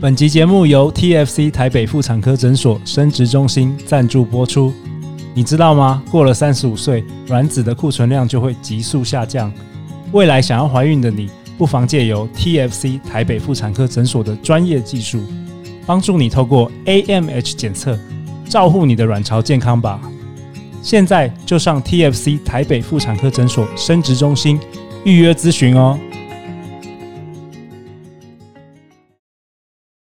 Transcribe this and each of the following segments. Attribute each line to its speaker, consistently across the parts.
Speaker 1: 本集节目由 TFC 台北妇产科诊所生殖中心赞助播出。你知道吗？过了三十五岁，卵子的库存量就会急速下降。未来想要怀孕的你，不妨借由 TFC 台北妇产科诊所的专业技术，帮助你透过 AMH 检测，照护你的卵巢健康吧。现在就上 TFC 台北妇产科诊所生殖中心预约咨询哦。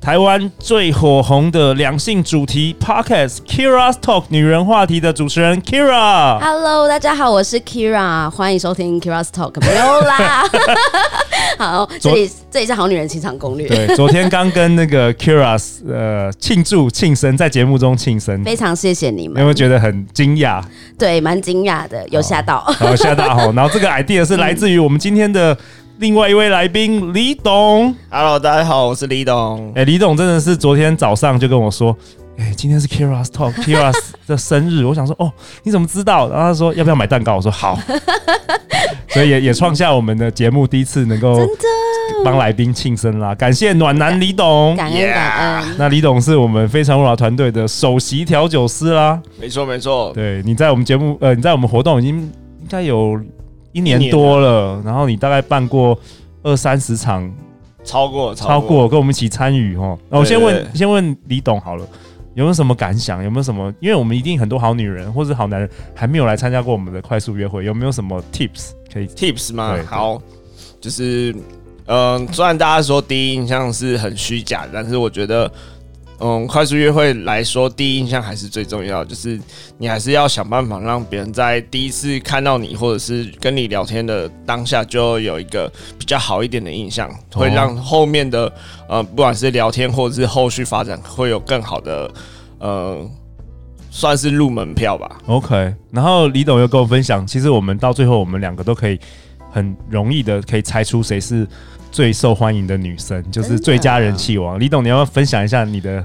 Speaker 2: 台湾最火红的两性主题 Podcast Kira's Talk 女人话题的主持人 Kira。
Speaker 3: Hello，大家好，我是 Kira，欢迎收听 Kira's Talk。没有 啦，好，这里这里是好女人情场攻略，
Speaker 2: 对，昨天刚跟那个 Kira's 呃庆祝庆生，在节目中庆生，你
Speaker 3: 非常谢谢你
Speaker 2: 有
Speaker 3: 们
Speaker 2: 没，有觉得很惊讶？
Speaker 3: 对，蛮惊讶的，有吓到。
Speaker 2: 好吓到 吼！然后这个 idea 是来自于我们今天的另外一位来宾李董。
Speaker 4: Hello，大家好，我是李董。
Speaker 2: 哎、李董真的是昨天早上就跟我说，哎、今天是 Kira's Talk Kira's 的生日，我想说，哦，你怎么知道？然后他说要不要买蛋糕？我说好， 所以也也创下我们的节目第一次能够
Speaker 3: 真的，
Speaker 2: 帮来宾庆生啦，感谢暖男李董。
Speaker 3: 感恩感恩。
Speaker 2: 那李董是我们非常勿扰团队的首席调酒师啦。
Speaker 4: 没错，没错，
Speaker 2: 对，你在我们节目，呃，你在我们活动已经应该有一年多了，然后你大概办过二三十场
Speaker 4: 超过，
Speaker 2: 超过跟我们一起参与哦。那我
Speaker 4: 对
Speaker 2: 先
Speaker 4: 对
Speaker 2: 问
Speaker 4: 对
Speaker 2: 先问李董好了，有没有什么感想？有没有什么？因为我们一定很多好女人或者好男人还没有来参加过我们的快速约会，有没有什么 tips 可以？
Speaker 4: tips 吗
Speaker 2: 对？对
Speaker 4: 好，就是，嗯、虽然大家说第一印象是很虚假，但是我觉得，嗯，快速约会来说，第一印象还是最重要，就是你还是要想办法让别人在第一次看到你或者是跟你聊天的当下，就有一个比较好一点的印象，会让后面的，呃，不管是聊天或者是后续发展，会有更好的，呃，算是入门票吧。
Speaker 2: OK，然后李董又跟我分享，其实我们到最后，我们两个都可以很容易的可以猜出谁是最受欢迎的女生，就是最佳人气王。李董，你要不要分享一下你的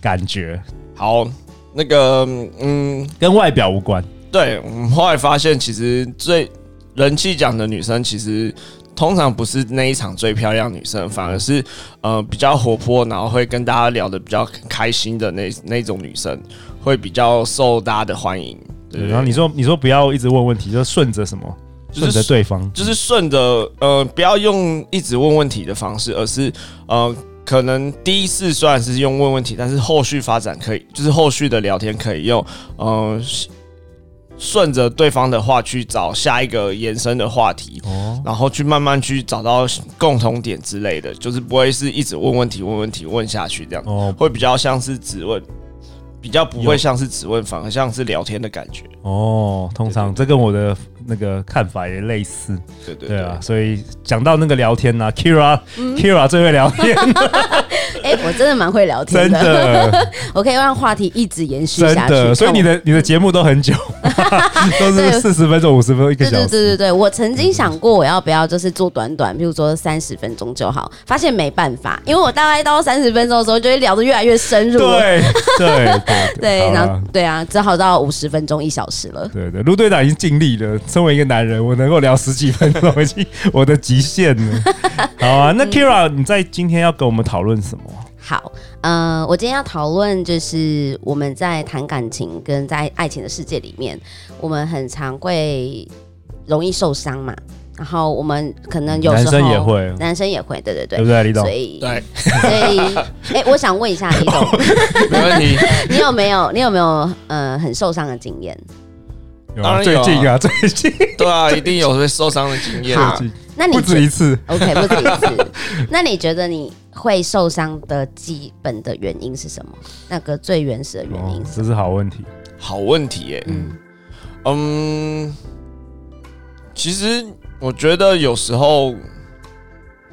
Speaker 2: 感觉，
Speaker 4: 好，那个，嗯，
Speaker 2: 跟外表无关。
Speaker 4: 对，我们后来发现，其实最人气奖的女生，其实通常不是那一场最漂亮女生，反而是呃比较活泼，然后会跟大家聊得比较开心的那那种女生，会比较受大家的欢迎。
Speaker 2: 对，然后你说你说不要一直问问题，就顺着什么，
Speaker 4: 就
Speaker 2: 顺
Speaker 4: 是
Speaker 2: 着对方。
Speaker 4: 就是顺着呃，不要用一直问问题的方式，而是呃，可能第一次虽然是用问问题，但是后续发展可以，就是后续的聊天可以用呃，顺着对方的话去找下一个延伸的话题，
Speaker 2: 哦，
Speaker 4: 然后去慢慢去找到共同点之类的，就是不会是一直问问题、问问题、问下去这样，
Speaker 2: 哦
Speaker 4: 会比较像是质问，比较不
Speaker 2: 有
Speaker 4: 会像是质问，反而像是聊天的感觉。
Speaker 2: 哦，通常这跟我的那个看法也类似，
Speaker 4: 对对
Speaker 2: 对啊，所以讲到那个聊天呢、啊、，Kira Kira 最会聊天，
Speaker 3: 哎、我真的蛮会聊
Speaker 2: 真
Speaker 3: 天的，
Speaker 2: 的
Speaker 3: 我可以让话题一直延续
Speaker 2: 真
Speaker 3: 下去。看
Speaker 2: 的，
Speaker 3: 我
Speaker 2: 所以你的你的节目都 很久，都是
Speaker 3: 对
Speaker 2: 四十分钟、五十分钟、一个
Speaker 3: 对
Speaker 2: 小
Speaker 3: 对
Speaker 2: 时。
Speaker 3: 对对对，我曾经想过我要不要就是做短短，比如说三十分钟就好，发现没办法，因为我大概到三十分钟的时候就会聊得越来越深入了。
Speaker 2: 对对对
Speaker 3: 对，
Speaker 2: 好
Speaker 3: 然
Speaker 2: 啦
Speaker 3: 后对啊，只好到五十分钟一小时了。
Speaker 2: 对对，陆队长已经尽力了。身为一个男人，我能够聊十几分钟，已经我的极限 了。好啊，
Speaker 3: 嗯
Speaker 2: 那 Kira，你在今天要跟我们讨论什么？
Speaker 3: 好，呃，我今天要讨论就是我们在谈感情跟在爱情的世界里面，我们很常会容易受伤嘛，然后我们可能有时
Speaker 2: 男
Speaker 3: 候
Speaker 2: 生也会哦
Speaker 3: 男生也会，对对
Speaker 2: 对不
Speaker 3: 对，
Speaker 2: 对，李董
Speaker 3: 所？以
Speaker 4: 对，
Speaker 3: 所以，哎、我想问一下李董，
Speaker 4: 没问题。
Speaker 3: 你有没有你有没有呃很受伤的经验？
Speaker 2: 有
Speaker 4: 当
Speaker 2: 啊
Speaker 4: 然
Speaker 2: 最
Speaker 4: 有啊
Speaker 2: 近啊，最 近
Speaker 4: 对啊，一定有被受伤的经验。啊
Speaker 3: 好
Speaker 2: 最近
Speaker 3: 那
Speaker 2: 不
Speaker 3: 你
Speaker 2: 止
Speaker 3: 觉
Speaker 2: 一次。
Speaker 3: OK 不止一次，那你觉得你会受伤的基本的原因是什么？那个最原始的原
Speaker 2: 哦
Speaker 3: 因，是什
Speaker 2: 这是好问题。
Speaker 4: 好问题耶、
Speaker 3: 么？嗯，
Speaker 4: 嗯，其实我觉得有时候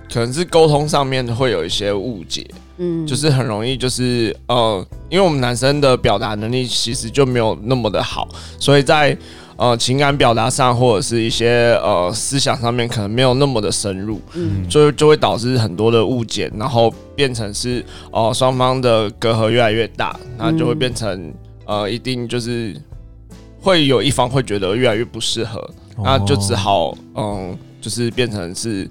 Speaker 4: 可能是沟通上面会有一些误解，
Speaker 3: 嗯，
Speaker 4: 就是很容易就是呃，因为我们男生的表达能力其实就没有那么的好，所以在呃情感表达上或者是一些呃思想上面可能没有那么的深入，
Speaker 3: 嗯
Speaker 4: 就就会导致很多的误解，然后变成是哦双、方的隔阂越来越大，那就
Speaker 2: 嗯
Speaker 4: 会变成、呃一定就是会有一方会觉得越来越不适合，那啊就
Speaker 2: 哦
Speaker 4: 只好嗯就是变成是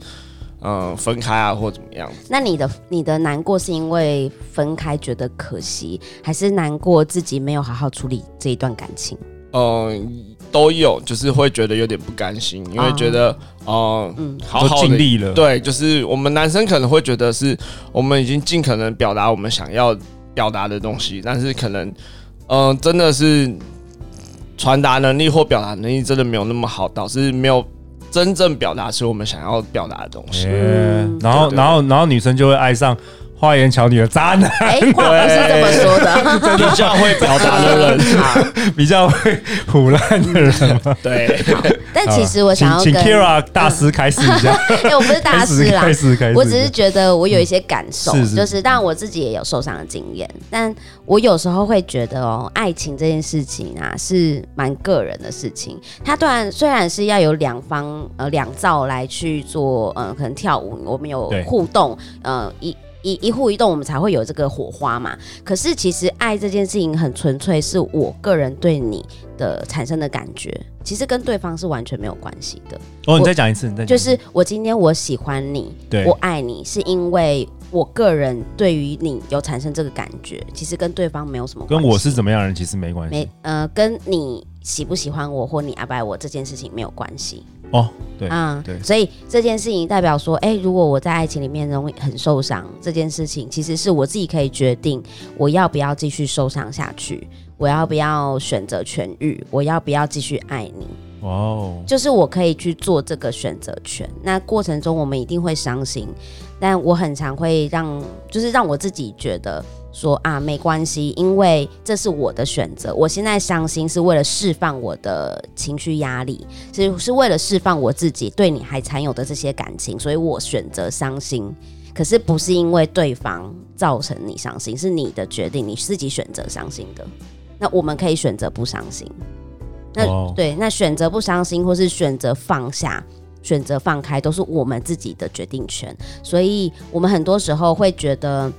Speaker 4: 嗯分开啊或怎么样。
Speaker 3: 那你的你的难过是因为分开觉得可惜，还是难过自己没有好好处理这一段感情？
Speaker 4: 嗯，都有，就是会觉得有点不甘心，因为
Speaker 3: 啊
Speaker 4: 觉得，嗯，
Speaker 3: 嗯
Speaker 4: 好
Speaker 2: 哦都
Speaker 4: 好
Speaker 2: 尽
Speaker 4: 的，
Speaker 2: 力了，
Speaker 4: 对，就是我们男生可能会觉得是我们已经尽可能表达我们想要表达的东西，但是可能，嗯，真的是传达能力或表达能力真的没有那么好，导致没有真正表达出我们想要表达的东西。
Speaker 2: 哎
Speaker 3: 嗯
Speaker 2: 然后
Speaker 4: 对
Speaker 2: 然后然后女生就会爱上花言巧语的渣男，
Speaker 3: 哎、话不是这么 说的，
Speaker 4: 比较会表达的人，
Speaker 2: 比较会胡乱的人嘛。
Speaker 4: 对，
Speaker 3: 但其实我想要
Speaker 2: 请
Speaker 3: 跟，
Speaker 2: 请 Kira 大师开始一下，
Speaker 3: 哎、我不是 大
Speaker 2: 开
Speaker 3: 师
Speaker 2: 始
Speaker 3: 啦
Speaker 2: 开，始开始，
Speaker 3: 我只是觉得我有一些感受，
Speaker 2: 是是
Speaker 3: 就是当然我自己也有受伤的经验，但我有时候会觉得哦，爱情这件事情啊是蛮个人的事情。它当然虽然是要有两方呃两造来去做，嗯、可能跳舞我们有
Speaker 2: 对
Speaker 3: 互动，呃一。一一互一动，我们才会有这个火花嘛。可是其实爱这件事情很纯粹，是我个人对你的产生的感觉，其实跟对方是完全没有关系的。
Speaker 2: 哦，你再讲一次，你再讲
Speaker 3: 就
Speaker 2: 一次
Speaker 3: 是我今天我喜欢你，
Speaker 2: 对
Speaker 3: 我爱你，是因为我个人对于你有产生这个感觉，其实跟对方没有什么
Speaker 2: 跟
Speaker 3: 关系。
Speaker 2: 我是怎么样的人其实没关
Speaker 3: 没
Speaker 2: 系
Speaker 3: 呃，跟你喜不喜欢我或你爱不爱我这件事情没有关系
Speaker 2: 哦，对
Speaker 3: 啊、
Speaker 2: 对
Speaker 3: 所以这件事情代表说，哎、如果我在爱情里面容易很受伤，这件事情其实是我自己可以决定我要不要继续受伤下去，我要不要选择痊愈，我要不要继续爱你。
Speaker 2: 哇哦，
Speaker 3: 就是我可以去做这个选择权。那过程中我们一定会伤心，但我很常会让，就是让我自己觉得说啊，没关系，因为这是我的选择。我现在伤心是为了释放我的情绪压力，是是为了释放我自己对你还残有的这些感情，所以我选择伤心。可是不是因为对方造成你伤心，是你的决定，你自己选择伤心的。那我们可以选择不伤心。那、
Speaker 2: 哇哦
Speaker 3: 对，那选择不伤心，或是选择放下、选择放开，都是我们自己的决定权。所以，我们很多时候会觉得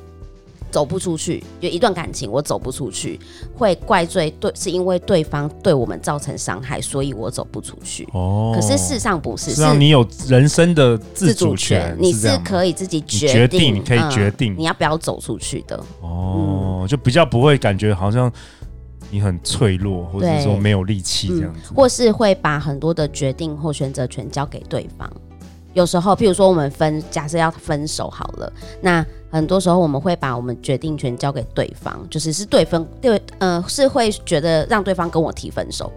Speaker 3: 走不出去，就一段感情我走不出去，会怪罪对，是因为对方对我们造成伤害，所以我走不出去。
Speaker 2: 哦，
Speaker 3: 可是事实上不是，
Speaker 2: 是让你有人生的自主
Speaker 3: 权
Speaker 2: 权，，
Speaker 3: 你
Speaker 2: 这
Speaker 3: 是
Speaker 2: 样吗
Speaker 3: 可以自己
Speaker 2: 你
Speaker 3: 决
Speaker 2: 决
Speaker 3: 定，
Speaker 2: 定，你可以
Speaker 3: 嗯
Speaker 2: 决定
Speaker 3: 你要不要走出去的。嗯
Speaker 2: 哦，就比较不会感觉好像你很脆弱，或者
Speaker 3: 对嗯
Speaker 2: 说没有力气这样子。
Speaker 3: 或是会把很多的决定或选择权交给对方。有时候，譬如说我们分，假设要分手好了，那很多时候我们会把我们决定权交给对方，就是是对方对呃是会觉得让对方跟我提分手，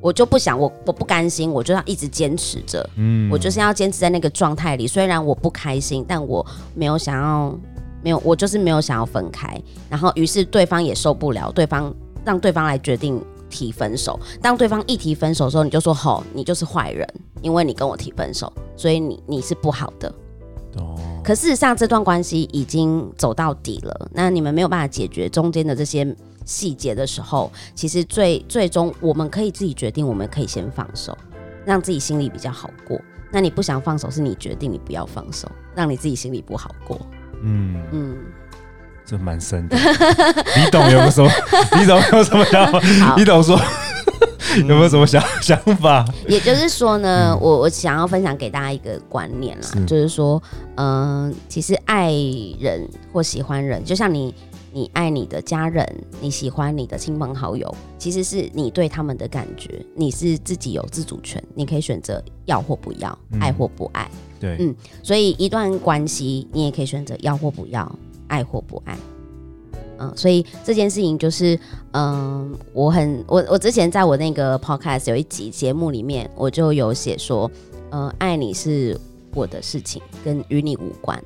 Speaker 3: 我就不想我我不甘心，我就要一直坚持着，
Speaker 2: 嗯
Speaker 3: 我就是要坚持在那个状态里，虽然我不开心，但我没有想要，没有，我就是没有想要分开。然后，于是对方也受不了，对方让对方来决定提分手。当对方一提分手的时候，你就说：“吼，你就是坏人，因为你跟我提分手，所以你你是不好的。”
Speaker 2: 哦，
Speaker 3: 可事实上，这段关系已经走到底了。那你们没有办法解决中间的这些细节的时候，其实最最终我们可以自己决定，我们可以先放手，让自己心里比较好过。那你不想放手，是你决定你不要放手，让你自己心里不好过。
Speaker 2: 嗯，
Speaker 3: 嗯，
Speaker 2: 这蛮深的。 李董有没有 什么？李董有什么想法？
Speaker 3: 好嗯
Speaker 2: 李，董说有没有什么想想法？
Speaker 3: 也就是说呢，我我想要分享给大家一个观念啦
Speaker 2: 嗯是，
Speaker 3: 就是说，嗯、其实爱人或喜欢人，就像你你爱你的家人，你喜欢你的亲朋好友，其实是你对他们的感觉，你是自己有自主权，你可以选择要或不要，
Speaker 2: 嗯
Speaker 3: 爱或不爱。
Speaker 2: 对
Speaker 3: 嗯，所以一段关系，你也可以选择要或不要，爱或不爱。嗯，所以这件事情就是，嗯，我很我我之前在我那个 podcast 有一集节目里面，我就有写说，嗯，爱你是我的事情，跟与你无关。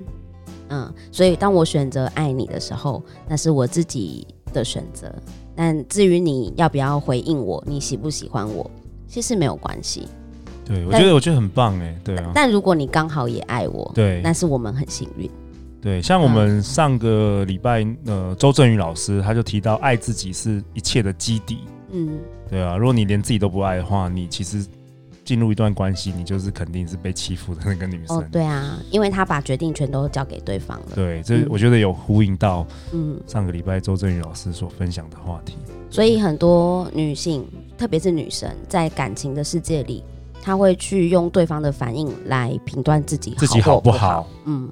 Speaker 3: 嗯，所以当我选择爱你的时候，那是我自己的选择。但至于你要不要回应我，你喜不喜欢我，其实没有关系。
Speaker 2: 对，我
Speaker 3: 但
Speaker 2: 觉得我觉得很棒哎，对啊，
Speaker 3: 但如果你刚好也爱我，
Speaker 2: 对
Speaker 3: 那是我们很幸运。
Speaker 2: 对，像我们上个礼拜，
Speaker 3: 嗯
Speaker 2: 呃，周振宇老师他就提到，爱自己是一切的基底。
Speaker 3: 嗯，
Speaker 2: 对啊，如果你连自己都不爱的话，你其实进入一段关系，你就是肯定是被欺负的那个女生。
Speaker 3: 哦，对啊，因为他把决定权都交给对方了。
Speaker 2: 对，这
Speaker 3: 嗯
Speaker 2: 我觉得有呼应到
Speaker 3: 嗯，
Speaker 2: 上个礼拜周振宇老师所分享的话题。
Speaker 3: 所以很多女性，特别是女生，在感情的世界里，她会去用对方的反应来评断自己
Speaker 2: 自己
Speaker 3: 好
Speaker 2: 好
Speaker 3: 或不
Speaker 2: 不好，
Speaker 3: 嗯，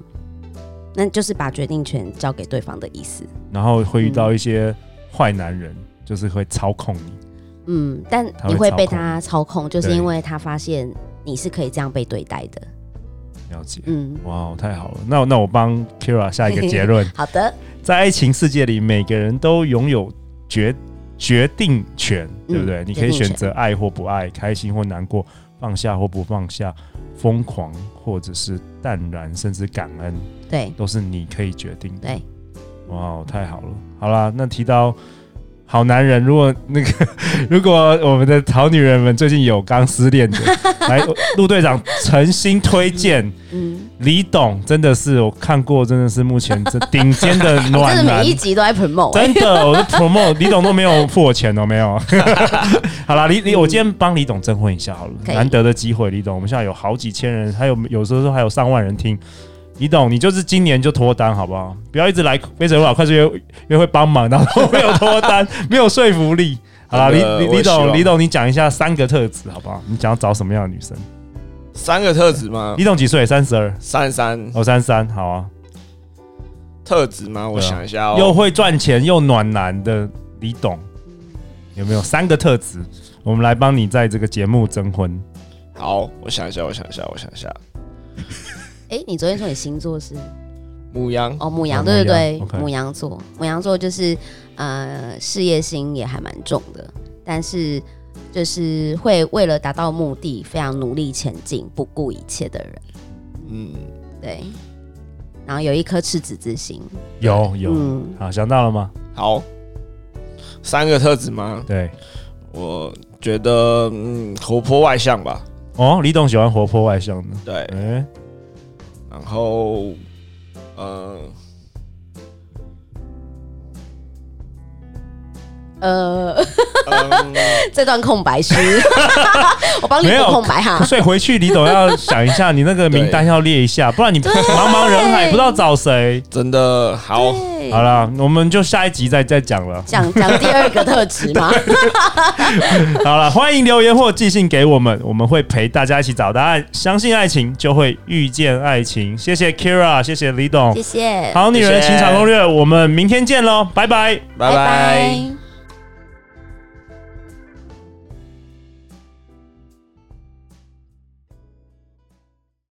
Speaker 3: 那就是把决定权交给对方的意思。
Speaker 2: 然后会遇到一些坏男人，就是会操控你。
Speaker 3: 嗯，但
Speaker 2: 他会
Speaker 3: 你会被
Speaker 2: 操控
Speaker 3: 他操控，就是
Speaker 2: 对
Speaker 3: 因为他发现你是可以这样被对待的。
Speaker 2: 了解，
Speaker 3: 嗯，
Speaker 2: 哇，太好了！那那我帮 Kira 下一个结论，
Speaker 3: 好的，
Speaker 2: 在爱情世界里，每个人都拥有决决定权，对不对？你可以选择爱或不爱，开心或难过，放下或不放下，疯狂或者是淡然，甚至感恩，
Speaker 3: 对
Speaker 2: 都是你可以决定的。
Speaker 3: 对，
Speaker 2: 哇，太好了！好啦，那提到好男人，如果那个 如果我们的好女人们最近有刚失 恋的，来陆队长诚心推荐
Speaker 3: 嗯，
Speaker 2: 李董，真的是我看过，真的是目前这顶尖的
Speaker 3: 真
Speaker 2: 暖
Speaker 3: 的
Speaker 2: 男
Speaker 3: 每一。集都在 promote，欸、
Speaker 2: 真的，我的 promo 李董都没有付我钱哦，没有。 好啦，李李，我今天帮李董征婚一下好了，
Speaker 3: 嗯可以
Speaker 2: 难得的机会，李董，我们现在有好几千人，还有有时候还有上万人听。李董，你就是今年就脱单好不好？不要一直来非诚勿扰快速约约会帮忙，然后没有脱 单，没有说服力。好啦，李
Speaker 4: 真的
Speaker 2: 李
Speaker 4: 呃我
Speaker 2: 李
Speaker 4: 也希
Speaker 2: 董，
Speaker 4: 望
Speaker 2: 李董，你讲一下三个特质好不好？你想要找什么样的女生？
Speaker 4: 三个特质
Speaker 3: 嗯
Speaker 4: 吗？
Speaker 2: 李董几岁？三十二，
Speaker 4: 三十三
Speaker 2: 哦，三三，好啊。
Speaker 4: 特质吗？我想一下
Speaker 2: 又
Speaker 4: 哦。
Speaker 2: 会赚钱又暖男的李董，有没有三个特质？我们来帮你在这个节目征婚。
Speaker 4: 好，我想一下，我想一下，我想一下。
Speaker 3: 诶你昨天说你星座是
Speaker 4: 母羊，
Speaker 3: 哦母羊，
Speaker 2: 哦
Speaker 3: 对对
Speaker 2: 母羊，OK
Speaker 3: 对，母羊座，母羊座就是呃事业心也还蛮重的，但是就是会为了达到目的非常努力前进，不顾一切的人，
Speaker 4: 嗯，
Speaker 3: 对。然后有一颗赤子之心，
Speaker 2: 有有，
Speaker 3: 嗯
Speaker 2: 好想到了吗？
Speaker 4: 好，三个特质吗？
Speaker 2: 对，
Speaker 4: 我觉得，嗯，活泼外向吧。
Speaker 2: 哦，李董喜欢活泼外向的，
Speaker 4: 对，
Speaker 2: 哎、
Speaker 4: 然后，呃，
Speaker 3: 呃，
Speaker 4: 嗯
Speaker 3: 这段空白区， 我帮你
Speaker 2: 没有
Speaker 3: 补空 白 哈。
Speaker 2: 所以回去李董要想一下，你那个名单要列一 下，不然你茫茫人海不知道找谁。
Speaker 4: 真的好。
Speaker 3: 对
Speaker 2: 好啦，我们就下一集再再讲 了。
Speaker 3: 讲讲第二个特质 嘛，
Speaker 2: 好了，欢迎留言或寄信给我们，我们会陪大家一起找答案。相信爱情，就会遇见爱情。谢谢 Kira，谢谢李董
Speaker 3: 谢，谢，
Speaker 2: 好女人
Speaker 4: 谢谢
Speaker 2: 情场攻略，我们明天见喽，拜拜。
Speaker 4: 拜拜。